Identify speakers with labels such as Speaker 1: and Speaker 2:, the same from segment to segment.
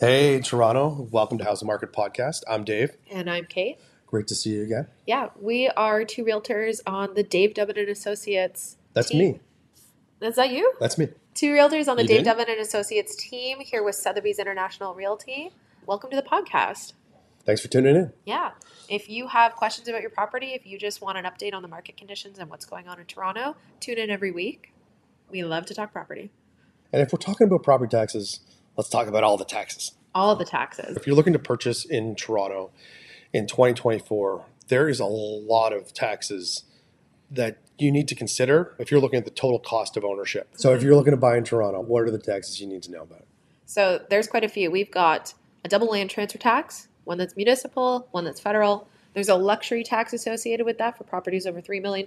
Speaker 1: Hey, Toronto. Welcome to House of Market Podcast. I'm Dave.
Speaker 2: And I'm Kate.
Speaker 1: Great to see you again.
Speaker 2: Yeah, we are two realtors on the Dave Dubbin and Associates.
Speaker 1: That's
Speaker 2: team.
Speaker 1: me.
Speaker 2: Is that you?
Speaker 1: That's me.
Speaker 2: Two realtors on the
Speaker 1: You
Speaker 2: Dave
Speaker 1: did?
Speaker 2: Dubbin and Associates team here with Sotheby's International Realty. Welcome to the podcast.
Speaker 1: Thanks for tuning in.
Speaker 2: Yeah. If you have questions about your property, if you just want an update on the market conditions and what's going on in Toronto, tune in every week. We love to talk property.
Speaker 1: And if we're talking about property taxes, let's talk about all the taxes.
Speaker 2: All the taxes.
Speaker 1: If you're looking to purchase in Toronto in 2024, there is a lot of taxes that you need to consider if you're looking at the total cost of ownership. So if you're looking to buy in Toronto, what are the taxes you need to know about?
Speaker 2: So there's quite a few. We've got a double land transfer tax, one that's municipal, one that's federal. There's a luxury tax associated with that for properties over $3 million.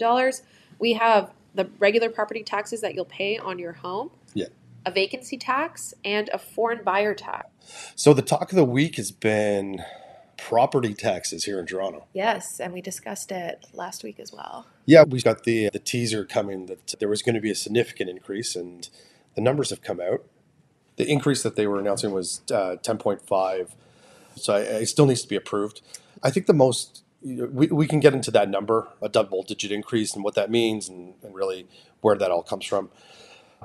Speaker 2: We have the regular property taxes that you'll pay on your home,
Speaker 1: Yeah.
Speaker 2: a vacancy tax, and a foreign buyer tax.
Speaker 1: So the talk of the week has been property taxes here in Toronto.
Speaker 2: Yes, and we discussed it last week as well.
Speaker 1: Yeah, we got the the teaser coming that there was going to be a significant increase, and the numbers have come out. The increase that they were announcing was uh, ten point five, so I, it still needs to be approved. I think the most we, we can get into that number, a double digit increase, and what that means, and, and really where that all comes from.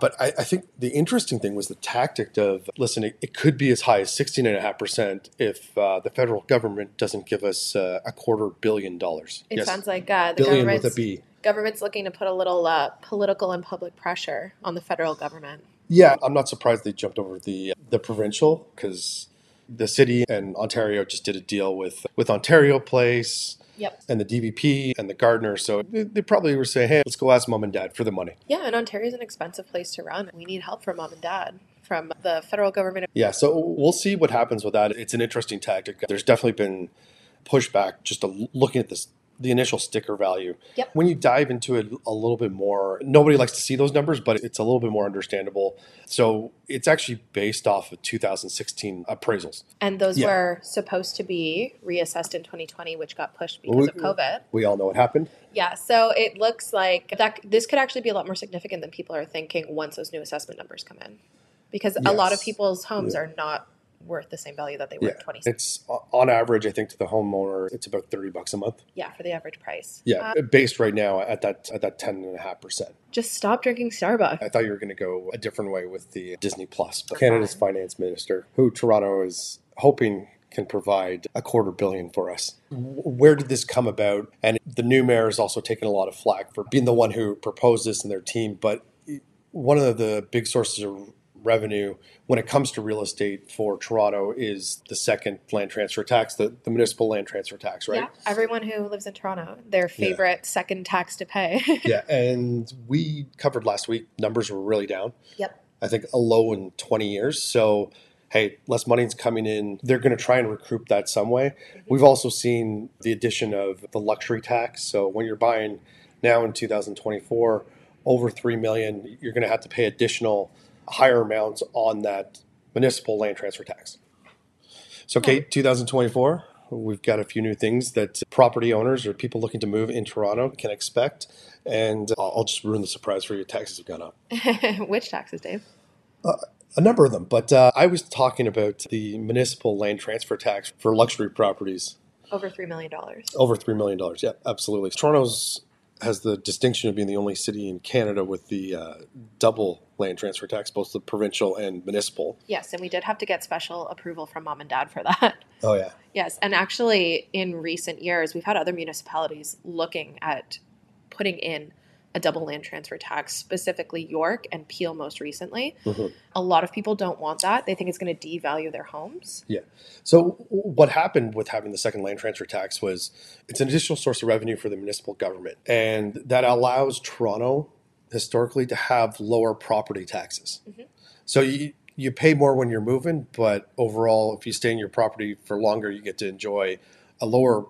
Speaker 1: But I, I think the interesting thing was the tactic of listen, it, it could be as high as 16.5% if uh, the federal government doesn't give us uh, a quarter billion dollars.
Speaker 2: It
Speaker 1: Yes,
Speaker 2: sounds like uh, the
Speaker 1: billion with a
Speaker 2: government's,
Speaker 1: B.
Speaker 2: government's looking to put a little uh, political and public pressure on the federal government.
Speaker 1: Yeah, I'm not surprised they jumped over the uh, the provincial because the city and Ontario just did a deal with with Ontario Place
Speaker 2: Yep.
Speaker 1: and the DVP and the gardener. So they, they probably were saying, "Hey, let's go ask mom and dad for the money."
Speaker 2: Yeah, and Ontario's an expensive place to run. We need help from mom and dad, from the federal government.
Speaker 1: Yeah, so we'll see what happens with that. It's an interesting tactic. There's definitely been pushback just to l- looking at this the initial sticker value.
Speaker 2: Yep.
Speaker 1: When you dive into it a little bit more, nobody likes to see those numbers, but it's a little bit more understandable. So it's actually based off of 2016 appraisals.
Speaker 2: And those
Speaker 1: Yeah.
Speaker 2: were supposed to be reassessed in 2020, which got pushed because
Speaker 1: Well,
Speaker 2: of COVID.
Speaker 1: We all know what happened.
Speaker 2: Yeah, so it looks like that this could actually be a lot more significant than people are thinking once those new assessment numbers come in. Because a lot of
Speaker 1: Yes.
Speaker 2: people's homes
Speaker 1: Yeah.
Speaker 2: are not worth the same value that they were in 2016.
Speaker 1: It's o- on average, I think, to the homeowner, it's about thirty bucks a month.
Speaker 2: Yeah, for the average price.
Speaker 1: Yeah,
Speaker 2: Uh,
Speaker 1: based right now at that at that ten and a half percent.
Speaker 2: just stop drinking Starbucks.
Speaker 1: I thought you were going to go a different way with the Disney Plus. But Canada's finance minister, who Toronto is hoping can provide a quarter billion for us. W- Where did this come about? And the new mayor has also taken a lot of flack for being the one who proposed this in their team. But one of the big sources of revenue when it comes to real estate for Toronto is the second land transfer tax, the, the municipal land transfer tax, right?
Speaker 2: Yeah, everyone who lives in Toronto, their favorite second tax to pay.
Speaker 1: Yeah. And we covered last week, numbers were really down.
Speaker 2: yep.
Speaker 1: I think a low in 20 years. So, hey, less money's coming in. They're going to try and recoup that some way. We've also seen the addition of the luxury tax. So, when you're buying now in 2024 over 3 million, you're going to have to pay additional higher amounts on that municipal land transfer tax. So, Kate, 2024, we've got a few new things that property owners or people looking to move in Toronto can expect. And I'll I'll just ruin the surprise for you. Taxes have gone up.
Speaker 2: Which taxes, Dave?
Speaker 1: a number of them, but uh, I was talking about the municipal land transfer tax for luxury properties
Speaker 2: Over $3 million. dollars.
Speaker 1: over $3 million. Yeah, absolutely. Toronto's has the distinction of being the only city in Canada with the uh, double land transfer tax, both the provincial and municipal.
Speaker 2: Yes, and we did have to get special approval from mom and dad for that.
Speaker 1: Oh, yeah.
Speaker 2: Yes, and actually, in recent years, we've had other municipalities looking at putting in a double land transfer tax, specifically York and Peel most recently.
Speaker 1: Mhm.
Speaker 2: A lot of people don't want that. They think it's going to devalue their homes.
Speaker 1: So w- what happened with having the second land transfer tax was it's an additional source of revenue for the municipal government, and that allows Toronto historically to have lower property taxes.
Speaker 2: Mhm.
Speaker 1: So you you pay more when you're moving, but overall, if you stay in your property for longer, you get to enjoy a lower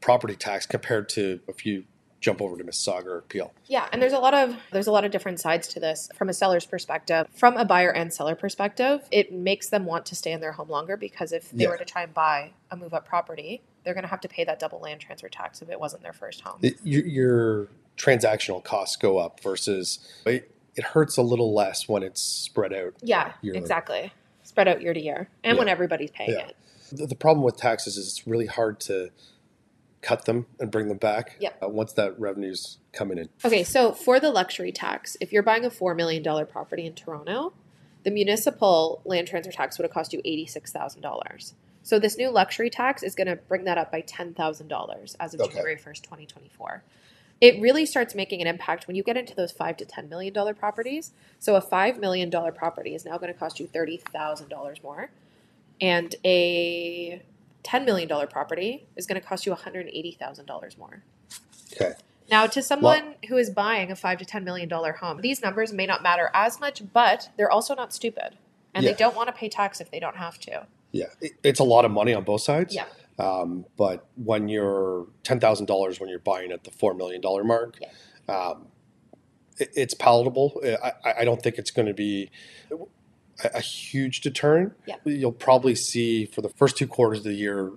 Speaker 1: property tax compared to if you jump over to Mississauga or Peel.
Speaker 2: Yeah, and there's a lot of there's a lot of different sides to this from a seller's perspective, from a buyer and seller perspective. It makes them want to stay in their home longer because if they
Speaker 1: Yeah.
Speaker 2: were to try and buy a move up property, they're going to have to pay that double land transfer tax if it wasn't their first home.
Speaker 1: It, your, your transactional costs go up versus it, it hurts a little less when it's spread out.
Speaker 2: Yeah,
Speaker 1: You're-
Speaker 2: exactly. spread out year to year and when
Speaker 1: Yeah.
Speaker 2: everybody's paying
Speaker 1: Yeah.
Speaker 2: it.
Speaker 1: The, the problem with taxes is it's really hard to cut them and bring them back
Speaker 2: Yep.
Speaker 1: uh, once that revenue's coming in.
Speaker 2: Okay, so for the luxury tax, if you're buying a $4 million property in Toronto, the municipal land transfer tax would have cost you $86,000. So this new luxury tax is going to bring that up by $10,000 as of
Speaker 1: Okay.
Speaker 2: January 1st, 2024. It really starts making an impact when you get into those 5 to 10 million dollar properties. So a 5 million dollar property is now going to cost you $30,000 more and a 10 million dollar property is going to cost you $180,000 more.
Speaker 1: Okay.
Speaker 2: Now, to someone who is buying a five to ten million dollar home, these numbers may not matter as much, but they're also not stupid, and
Speaker 1: Yeah.
Speaker 2: they don't want to pay tax if they don't have to.
Speaker 1: Yeah. It, it's a lot of money on both sides.
Speaker 2: Yeah.
Speaker 1: Um, but when you're ten thousand dollars when you're buying at the four million dollar mark, um, it, it's palatable. I, I- I don't think it's going to be a, a huge deterrent.
Speaker 2: Yeah.
Speaker 1: You'll probably see for the first two quarters of the year,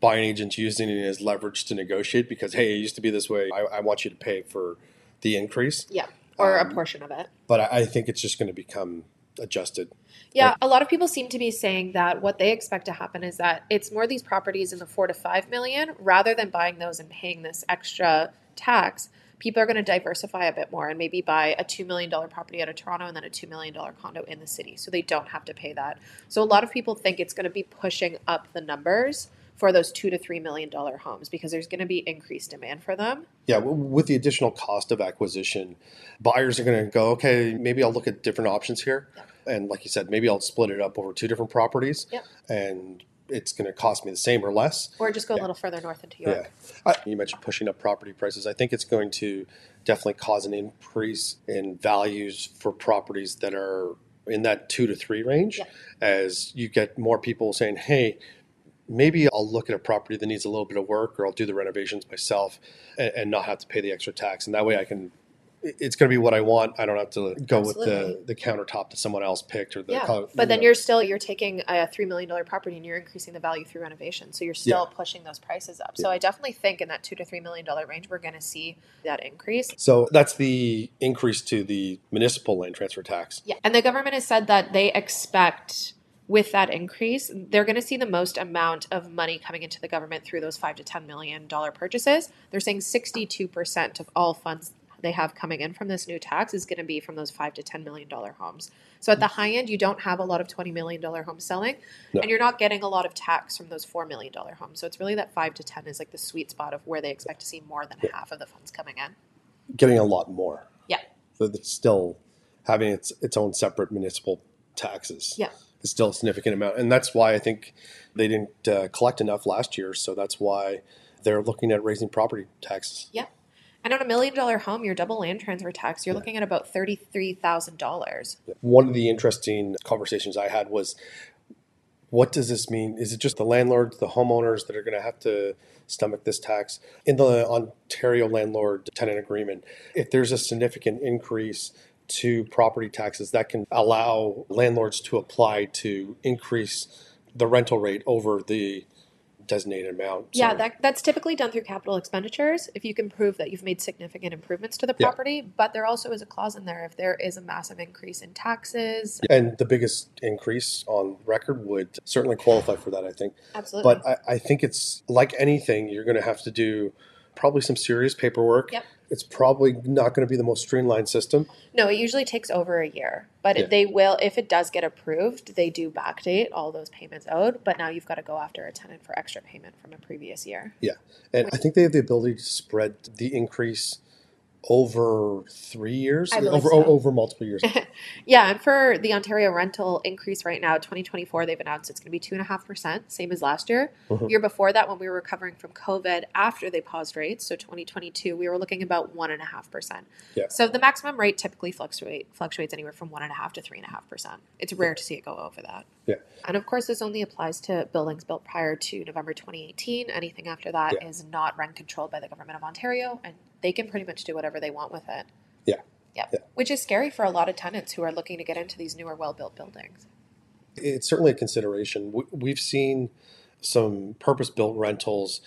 Speaker 1: buying agents using it as leverage to negotiate because hey, it used to be this way. I, I want you to pay for the increase,
Speaker 2: Yeah, or
Speaker 1: Um,
Speaker 2: a portion of it.
Speaker 1: but I, I think it's just going to become adjusted.
Speaker 2: Yeah, a lot of people seem to be saying that what they expect to happen is that it's more these properties in the four to five million rather than buying those and paying this extra tax. People are going to diversify a bit more and maybe buy a $2 million property out of Toronto and then a $2 million condo in the city. So they don't have to pay that. So a lot of people think it's going to be pushing up the numbers for those two to $3 million homes because there's going to be increased demand for them.
Speaker 1: Yeah, w- with the additional cost of acquisition, buyers are going to go, okay, maybe I'll look at different options here. And like you said, maybe I'll split it up over two different properties
Speaker 2: Yep.
Speaker 1: and it's going to cost me the same or less.
Speaker 2: Or just go a little further north into York.
Speaker 1: Yeah. I, you mentioned pushing up property prices. I think it's going to definitely cause an increase in values for properties that are in that two to three range
Speaker 2: Yeah.
Speaker 1: as you get more people saying, hey, maybe I'll look at a property that needs a little bit of work or I'll do the renovations myself and, and not have to pay the extra tax. And that way I can. it- It's going to be what I want. I don't have to go with
Speaker 2: Absolutely.
Speaker 1: the, the countertop that someone else picked or the
Speaker 2: yeah,
Speaker 1: color.
Speaker 2: but then
Speaker 1: you know.
Speaker 2: you're still you're taking a three million dollar property and you're increasing the value through renovation, so you're still pushing those prices up. So I definitely think in that two to three million dollar range, we're going to see that increase.
Speaker 1: So that's the increase to the municipal land transfer tax.
Speaker 2: Yeah, and the government has said that they expect with that increase, they're going to see the most amount of money coming into the government through those five to ten million dollar purchases. They're saying sixty-two percent of all funds they have coming in from this new tax is going to be from those five to ten million dollar homes. So at the high end, you don't have a lot of twenty million dollar homes selling,
Speaker 1: No.
Speaker 2: and you're not getting a lot of tax from those four million dollar homes. So it's really that five to ten is like the sweet spot of where they expect to see more than half of the funds coming in.
Speaker 1: getting a lot more.
Speaker 2: Yeah.
Speaker 1: But it's still having its its own separate municipal taxes.
Speaker 2: Yeah.
Speaker 1: It's still a significant amount, and that's why I think they didn't uh, collect enough last year. So that's why they're looking at raising property taxes.
Speaker 2: Yeah. And on a million dollar home, your double land transfer tax, you're looking at about $33,000.
Speaker 1: One of the interesting conversations I had was, what does this mean? Is it just the landlords, the homeowners that are going to have to stomach this tax in the Ontario landlord tenant agreement? If there's a significant increase to property taxes, that can allow landlords to apply to increase the rental rate over the designated amount.
Speaker 2: Yeah,
Speaker 1: So-
Speaker 2: that, that's typically done through capital expenditures if you can prove that you've made significant improvements to the
Speaker 1: Yeah.
Speaker 2: property. But there also is a clause in there if there is a massive increase in taxes.
Speaker 1: and the biggest increase on record would certainly qualify for that, I think.
Speaker 2: Absolutely.
Speaker 1: But I, I think it's like anything, you're going to have to do probably some serious paperwork.
Speaker 2: Yep.
Speaker 1: It's probably not going to be the most streamlined system.
Speaker 2: no, it usually takes over a year, but
Speaker 1: Yeah.
Speaker 2: they will, if it does get approved, they do backdate all those payments owed. But now you've got to go after a tenant for extra payment from a previous year.
Speaker 1: Yeah. And I think they have the ability to spread the increase over three years,
Speaker 2: I believe
Speaker 1: over,
Speaker 2: so.
Speaker 1: over multiple years.
Speaker 2: Yeah, and for the Ontario rental increase right now, 2024, they've announced it's going to be 2.5%, same as last year.
Speaker 1: Mhm.
Speaker 2: Year before that, when we were recovering from COVID after they paused rates, so 2022, we were looking about 1.5%.
Speaker 1: Yeah.
Speaker 2: So the maximum rate typically fluctuate, fluctuates anywhere from 1.5% to 3.5%. It's rare to see it go over that.
Speaker 1: Yeah.
Speaker 2: And of course, this only applies to buildings built prior to November 2018. Anything after that is
Speaker 1: Yeah.
Speaker 2: not rent controlled by the government of Ontario, and they can pretty much do whatever they want with it.
Speaker 1: Yeah.
Speaker 2: Yep.
Speaker 1: Yeah.
Speaker 2: Which is scary for a lot of tenants who are looking to get into these newer, well built buildings.
Speaker 1: It's certainly a consideration. We, we've seen some purpose built rentals,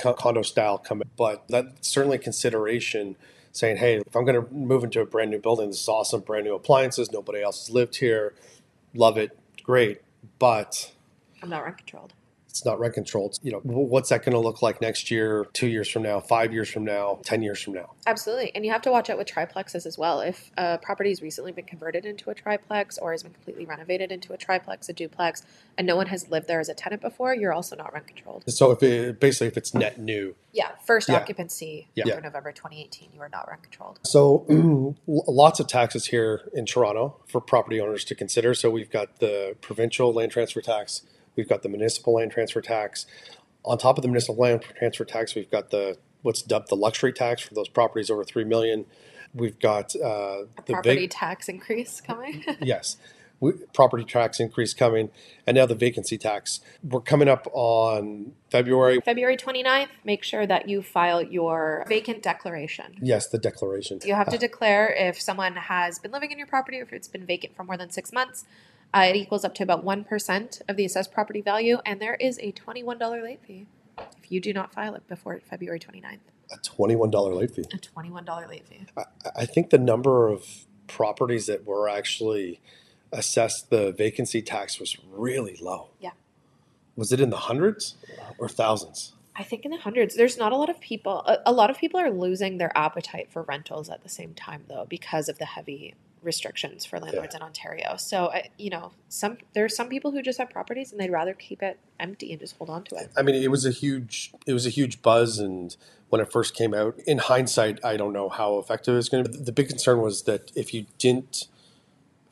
Speaker 1: co- condo style come, but that's certainly a consideration saying, hey, if I'm going to move into a brand new building, this is awesome, brand new appliances, nobody else has lived here, love it, great. but
Speaker 2: I'm not rent controlled.
Speaker 1: it's not rent controlled. You know, wh- what's that going to look like next year, two years from now, five years from now, 10 years from now?
Speaker 2: Absolutely. And you have to watch out with triplexes as well. If a property has recently been converted into a triplex or has been completely renovated into a triplex, a duplex, and no one has lived there as a tenant before, you're also not rent controlled.
Speaker 1: So if it, basically, if it's net new.
Speaker 2: Yeah. First
Speaker 1: Yeah.
Speaker 2: occupancy
Speaker 1: Yeah.
Speaker 2: for
Speaker 1: Yeah.
Speaker 2: November 2018, you are not rent controlled.
Speaker 1: So l- lots of taxes here in Toronto for property owners to consider. So we've got the provincial land transfer tax, we've got the municipal land transfer tax. On top of the municipal land transfer tax, we've got the what's dubbed the luxury tax for those properties over three million. We've got uh,
Speaker 2: A
Speaker 1: the
Speaker 2: property
Speaker 1: big
Speaker 2: tax increase coming.
Speaker 1: yes. We, property tax increase coming, and now the vacancy tax. We're coming up on February.
Speaker 2: February 29th, make sure that you file your vacant declaration.
Speaker 1: Yes, the declaration.
Speaker 2: You have to declare if someone has been living in your property or if it's been vacant for more than six months. Uh, it equals up to about 1% of the assessed property value, and there is a $21 late fee if you do not file it before February 29th.
Speaker 1: a twenty-one dollar late fee.
Speaker 2: A $21 late fee.
Speaker 1: I, I think the number of properties that were actually assessed the vacancy tax was really low.
Speaker 2: Yeah.
Speaker 1: Was it in the hundreds or thousands?
Speaker 2: I think in the hundreds. There's not a lot of people. A, a lot of people are losing their appetite for rentals at the same time, though, because of the heavy restrictions for landlords in Ontario. So, I, you know, some there's some people who just have properties and they'd rather keep it empty and just hold on to it.
Speaker 1: I mean, it was a huge, it was a huge buzz, and when it first came out, in hindsight, I don't know how effective it's going to. be. The big concern was that if you didn't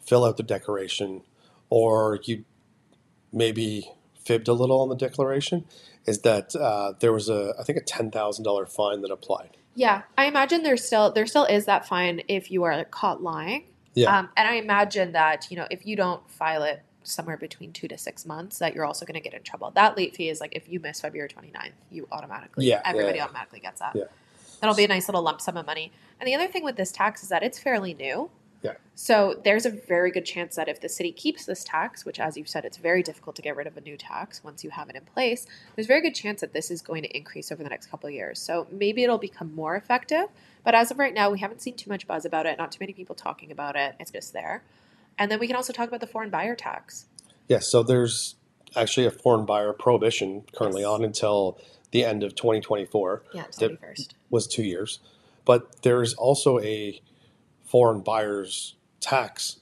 Speaker 1: fill out the declaration, or you maybe fibbed a little on the declaration, is that uh, there was a, I think, a ten thousand dollar fine that applied.
Speaker 2: Yeah, I imagine there's still there still is that fine if you are caught lying.
Speaker 1: Yeah.
Speaker 2: Um, and I imagine that you know if you don't file it somewhere between two to six months, that you're also going to get in trouble. That late fee is like if you miss February 29th, you automatically
Speaker 1: Yeah,
Speaker 2: everybody
Speaker 1: yeah.
Speaker 2: automatically gets that.
Speaker 1: Yeah.
Speaker 2: That'll be a nice little lump sum of money. And the other thing with this tax is that it's fairly new.
Speaker 1: Yeah.
Speaker 2: So there's a very good chance that if the city keeps this tax, which as you've said, it's very difficult to get rid of a new tax once you have it in place, there's a very good chance that this is going to increase over the next couple of years. So maybe it'll become more effective. But as of right now, we haven't seen too much buzz about it, not too many people talking about it. It's just there. And then we can also talk about the foreign buyer tax.
Speaker 1: Yeah, so there's actually a foreign buyer prohibition currently
Speaker 2: Yes.
Speaker 1: on until the end of 2024,
Speaker 2: Yeah, it's
Speaker 1: Yep.
Speaker 2: 31st.
Speaker 1: was two years. But there is also a foreign buyers tax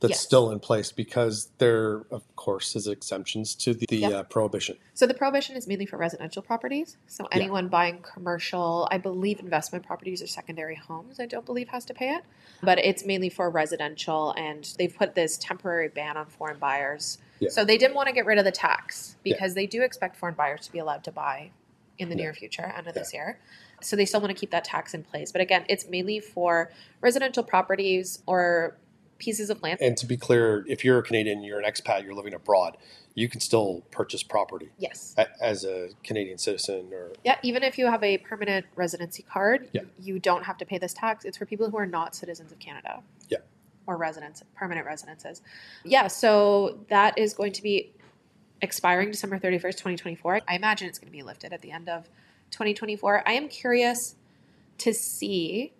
Speaker 1: that's
Speaker 2: Yes.
Speaker 1: still in place because there, of course, is exemptions to the, the
Speaker 2: Yeah.
Speaker 1: uh, prohibition.
Speaker 2: So the prohibition is mainly for residential properties. So
Speaker 1: Yeah.
Speaker 2: anyone buying commercial, I believe investment properties or secondary homes, I don't believe has to pay it. But it's mainly for residential and they've put this temporary ban on foreign buyers.
Speaker 1: Yeah.
Speaker 2: So they didn't want to get rid of the tax
Speaker 1: Yeah.
Speaker 2: because they do expect foreign buyers to be allowed to buy in the
Speaker 1: Yeah.
Speaker 2: near future, end of
Speaker 1: Yeah.
Speaker 2: this year. So they still want to keep that tax in place. But again, it's mainly for residential properties or pieces of land.
Speaker 1: And to be clear, if you're a Canadian, you're an expat, you're living abroad, you can still purchase property
Speaker 2: Yes.
Speaker 1: a- as a Canadian citizen or
Speaker 2: Yeah, even if you have a permanent residency card,
Speaker 1: Yeah.
Speaker 2: you don't have to pay this tax. It's for people who are not citizens of Canada.
Speaker 1: Yeah.
Speaker 2: Or residents, permanent residences. Yeah, so that is going to be expiring December 31st, 2024. I imagine it's going to be lifted at the end of 2024. I am curious to see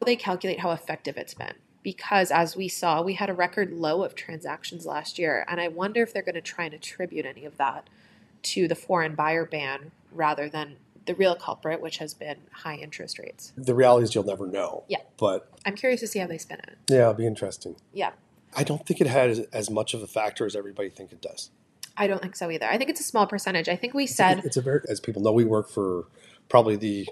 Speaker 2: how they calculate how effective it's been because as we saw, we had a record low of transactions last year and I wonder if they're going to try and attribute any of that to the foreign buyer ban rather than the real culprit, which has been high interest rates.
Speaker 1: the reality is you'll never know.
Speaker 2: Yeah.
Speaker 1: But
Speaker 2: I'm curious to see how they spin it.
Speaker 1: yeah, it'll be interesting.
Speaker 2: Yeah,
Speaker 1: I don't think it had as, as much of a factor as everybody think it does.
Speaker 2: I don't think so either. I think it's a small percentage. I think we
Speaker 1: It-
Speaker 2: said
Speaker 1: it's a very as people know we work for probably the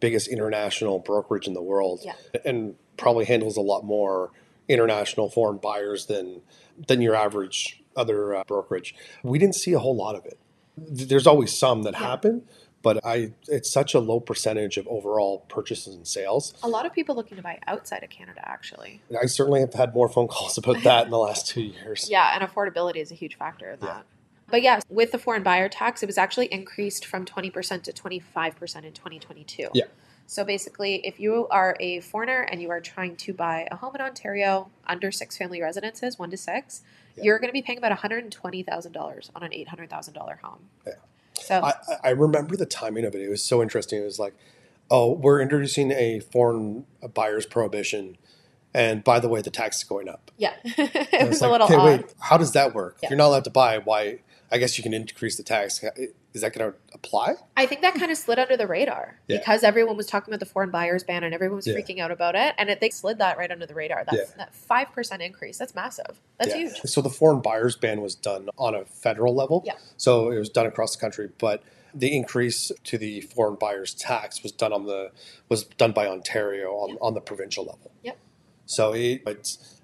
Speaker 1: biggest international brokerage in the world
Speaker 2: Yeah.
Speaker 1: and probably handles a lot more international foreign buyers than than your average other uh, brokerage we didn't see a whole lot of it Th- there's always some that happen but i it's such a low percentage of overall purchases and sales
Speaker 2: a lot of people looking to buy outside of Canada, actually.
Speaker 1: i certainly have had more phone calls about that in the last two years
Speaker 2: Yeah, and affordability is a huge factor in that.
Speaker 1: Yeah.
Speaker 2: But yes, with the foreign buyer tax, it was actually increased from 20% to 25% in 2022.
Speaker 1: Yeah.
Speaker 2: So basically, if you are a foreigner and you are trying to buy a home in Ontario under six family residences, one to six,
Speaker 1: Yeah.
Speaker 2: you're going to be paying about $120,000 on an $800,000 home.
Speaker 1: Yeah.
Speaker 2: So
Speaker 1: I, I- I remember the timing of it. It was so interesting. It was like, oh, we're introducing a foreign buyer's prohibition And by the way, the tax is going up.
Speaker 2: Yeah.
Speaker 1: And
Speaker 2: it
Speaker 1: it's
Speaker 2: was a
Speaker 1: like,
Speaker 2: little
Speaker 1: okay,
Speaker 2: odd.
Speaker 1: wait, how does that work?
Speaker 2: Yeah.
Speaker 1: If you're not allowed to buy, why? I guess you can increase the tax. Is that going to apply?
Speaker 2: I think that kind of slid under the radar
Speaker 1: Yeah.
Speaker 2: because everyone was talking about the foreign buyers ban and everyone was
Speaker 1: Yeah.
Speaker 2: freaking out about it. And it, they slid that right under the radar. That,
Speaker 1: Yeah.
Speaker 2: that 5% increase, that's massive. That's
Speaker 1: Yeah.
Speaker 2: huge.
Speaker 1: So the foreign buyers ban was done on a federal level.
Speaker 2: Yeah.
Speaker 1: So it was done across the country, but the increase to the foreign buyers tax was done on the was done by Ontario on, on the provincial level.
Speaker 2: Yep.
Speaker 1: So it, it's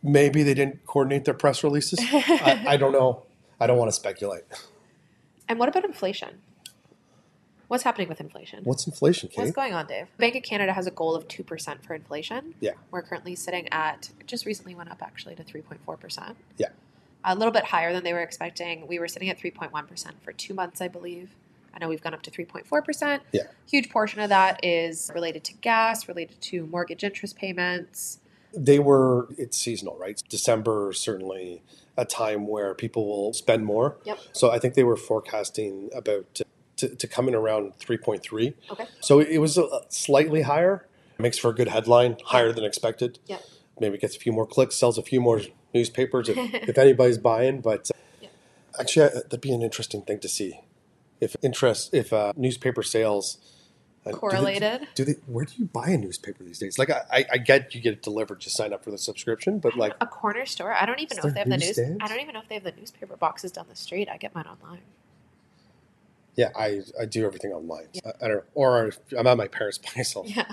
Speaker 1: maybe they didn't coordinate their press releases. I, I don't know. I don't want to speculate.
Speaker 2: And what about inflation? What's happening with inflation?
Speaker 1: What's inflation, Kate?
Speaker 2: What's going on, Dave? Bank of Canada has a goal of 2% for inflation.
Speaker 1: Yeah.
Speaker 2: We're currently sitting at, it just recently went up actually to 3.4%.
Speaker 1: Yeah.
Speaker 2: A little bit higher than they were expecting. We were sitting at 3.1% for two months, I believe. I know we've gone up to 3.4%.
Speaker 1: Yeah.
Speaker 2: Huge portion of that is related to gas, related to mortgage interest payments.
Speaker 1: they were it's seasonal right december certainly a time where people will spend more
Speaker 2: Yep.
Speaker 1: so i think they were forecasting about to, to come in around 3.3
Speaker 2: Okay.
Speaker 1: so it was a, slightly higher makes for a good headline higher than expected
Speaker 2: Yep.
Speaker 1: maybe gets a few more clicks sells a few more newspapers if, if anybody's buying but uh,
Speaker 2: Yeah.
Speaker 1: actually uh, that'd be an interesting thing to see if interest if uh, newspaper sales uh, do they-
Speaker 2: Correlated.
Speaker 1: do they where do you buy a newspaper these days like i, I, I get you get it delivered just sign up for the subscription but like
Speaker 2: a corner store. I don't even
Speaker 1: Is
Speaker 2: know if they
Speaker 1: there
Speaker 2: have the news.
Speaker 1: newsstands?
Speaker 2: I don't even know if they have the newspaper boxes down the street. I get mine online.
Speaker 1: yeah i, I do everything online I, I don't know or if i'm at my parents' place I'll,
Speaker 2: Yeah.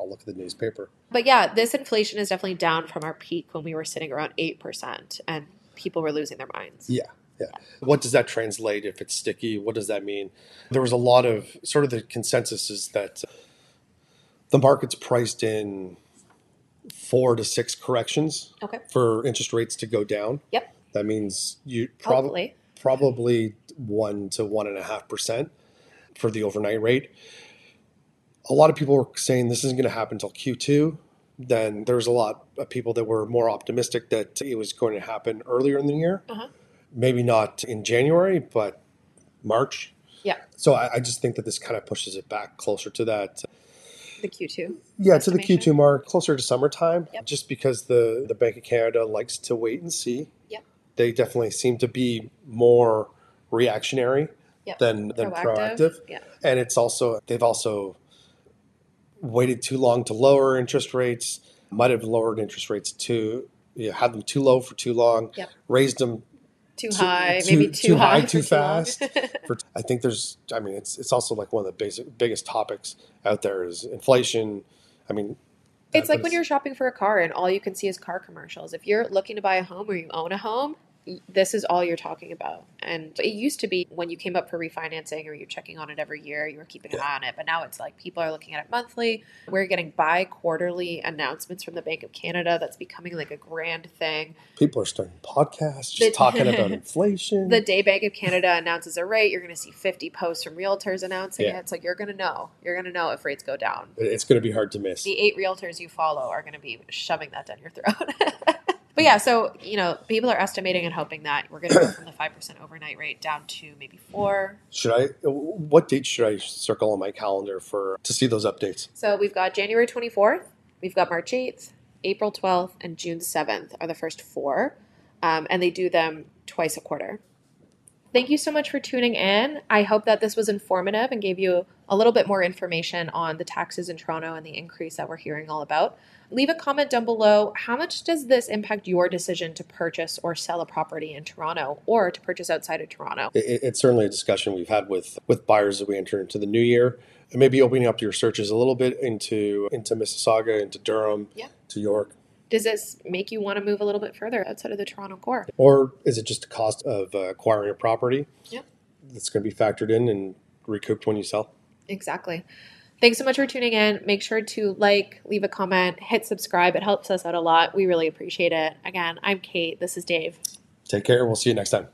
Speaker 1: I'll look at the newspaper
Speaker 2: But yeah, this inflation is definitely down from our peak when we were sitting around 8% and people were losing their minds.
Speaker 1: Yeah, yeah. What does that translate if it's sticky? What does that mean? There was a lot of sort of the consensus is that uh, the market's priced in four to six corrections
Speaker 2: Okay.
Speaker 1: for interest rates to go down.
Speaker 2: Yep.
Speaker 1: That means you probably probably
Speaker 2: Probably.
Speaker 1: one to one and a half percent for the overnight rate. A lot of people were saying this isn't going to happen until Q2. Then there's a lot of people that were more optimistic that it was going to happen earlier in the year.
Speaker 2: Uh-huh.
Speaker 1: Maybe not in January, but March.
Speaker 2: Yeah.
Speaker 1: So I, I just think that this kind of pushes it back closer to that
Speaker 2: The Q2.
Speaker 1: yeah, to the
Speaker 2: Estimation.
Speaker 1: Q2 mark, closer to summertime,
Speaker 2: Yep.
Speaker 1: just because the, the Bank of Canada likes to wait and see.
Speaker 2: Yep.
Speaker 1: They definitely seem to be more reactionary
Speaker 2: Yep.
Speaker 1: than, than proactive.
Speaker 2: Yeah.
Speaker 1: And it's also, they've also waited too long to lower interest rates, might have lowered interest rates too, you know, had them too low for too long,
Speaker 2: Yep.
Speaker 1: raised them
Speaker 2: Too,
Speaker 1: Too-
Speaker 2: high,
Speaker 1: too-
Speaker 2: maybe too,
Speaker 1: too high,
Speaker 2: high, for
Speaker 1: too
Speaker 2: long.
Speaker 1: fast. for I think there's I mean it's it's also like one of the basic biggest topics out there is inflation. I mean that-
Speaker 2: it's like
Speaker 1: but
Speaker 2: when you're shopping for a car and all you can see is car commercials. If you're looking to buy a home or you own a home, y- this is all you're talking about. And it used to be when you came up for refinancing or you're checking on it every year, you were keeping an eye on it. But now it's like people are looking at it monthly. We're getting bi quarterly announcements from the Bank of Canada that's becoming like a grand thing.
Speaker 1: people are starting podcasts just
Speaker 2: The-
Speaker 1: talking about inflation.
Speaker 2: The day Bank of Canada announces a rate, you're going to see 50 posts from realtors announcing
Speaker 1: Yeah.
Speaker 2: it. It's like you're going to know. You're going to know if rates go down.
Speaker 1: it's going to be hard to miss.
Speaker 2: the eight realtors you follow are going to be shoving that down your throat. but yeah, so you know, people are estimating and hoping that we're going to go from the five percent overnight rate down to maybe four.
Speaker 1: Should I what date should I circle on my calendar for to see those updates?
Speaker 2: So we've got January twenty fourth, we've got March eighth, April twelfth, and June seventh are the first four, um, and they do them twice a quarter. Thank you so much for tuning in. I hope that this was informative and gave you a little bit more information on the taxes in Toronto and the increase that we're hearing all about. Leave a comment down below. How much does this impact your decision to purchase or sell a property in Toronto or to purchase outside of Toronto?
Speaker 1: It, it- it's certainly a discussion we've had with with buyers as we enter into the new year. And maybe opening up your searches a little bit into into Mississauga, into Durham,
Speaker 2: Yeah.
Speaker 1: to York.
Speaker 2: Does this make you want to move a little bit further outside of the Toronto core?
Speaker 1: Or is it just the cost of uh, acquiring a property?
Speaker 2: Yep.
Speaker 1: That's going to be factored in and recouped when you sell.
Speaker 2: Exactly. Thanks so much for tuning in. Make sure to like, leave a comment, hit subscribe. It helps us out a lot. We really appreciate it. Again, I'm Kate. This is Dave.
Speaker 1: Take care. We'll see you next time.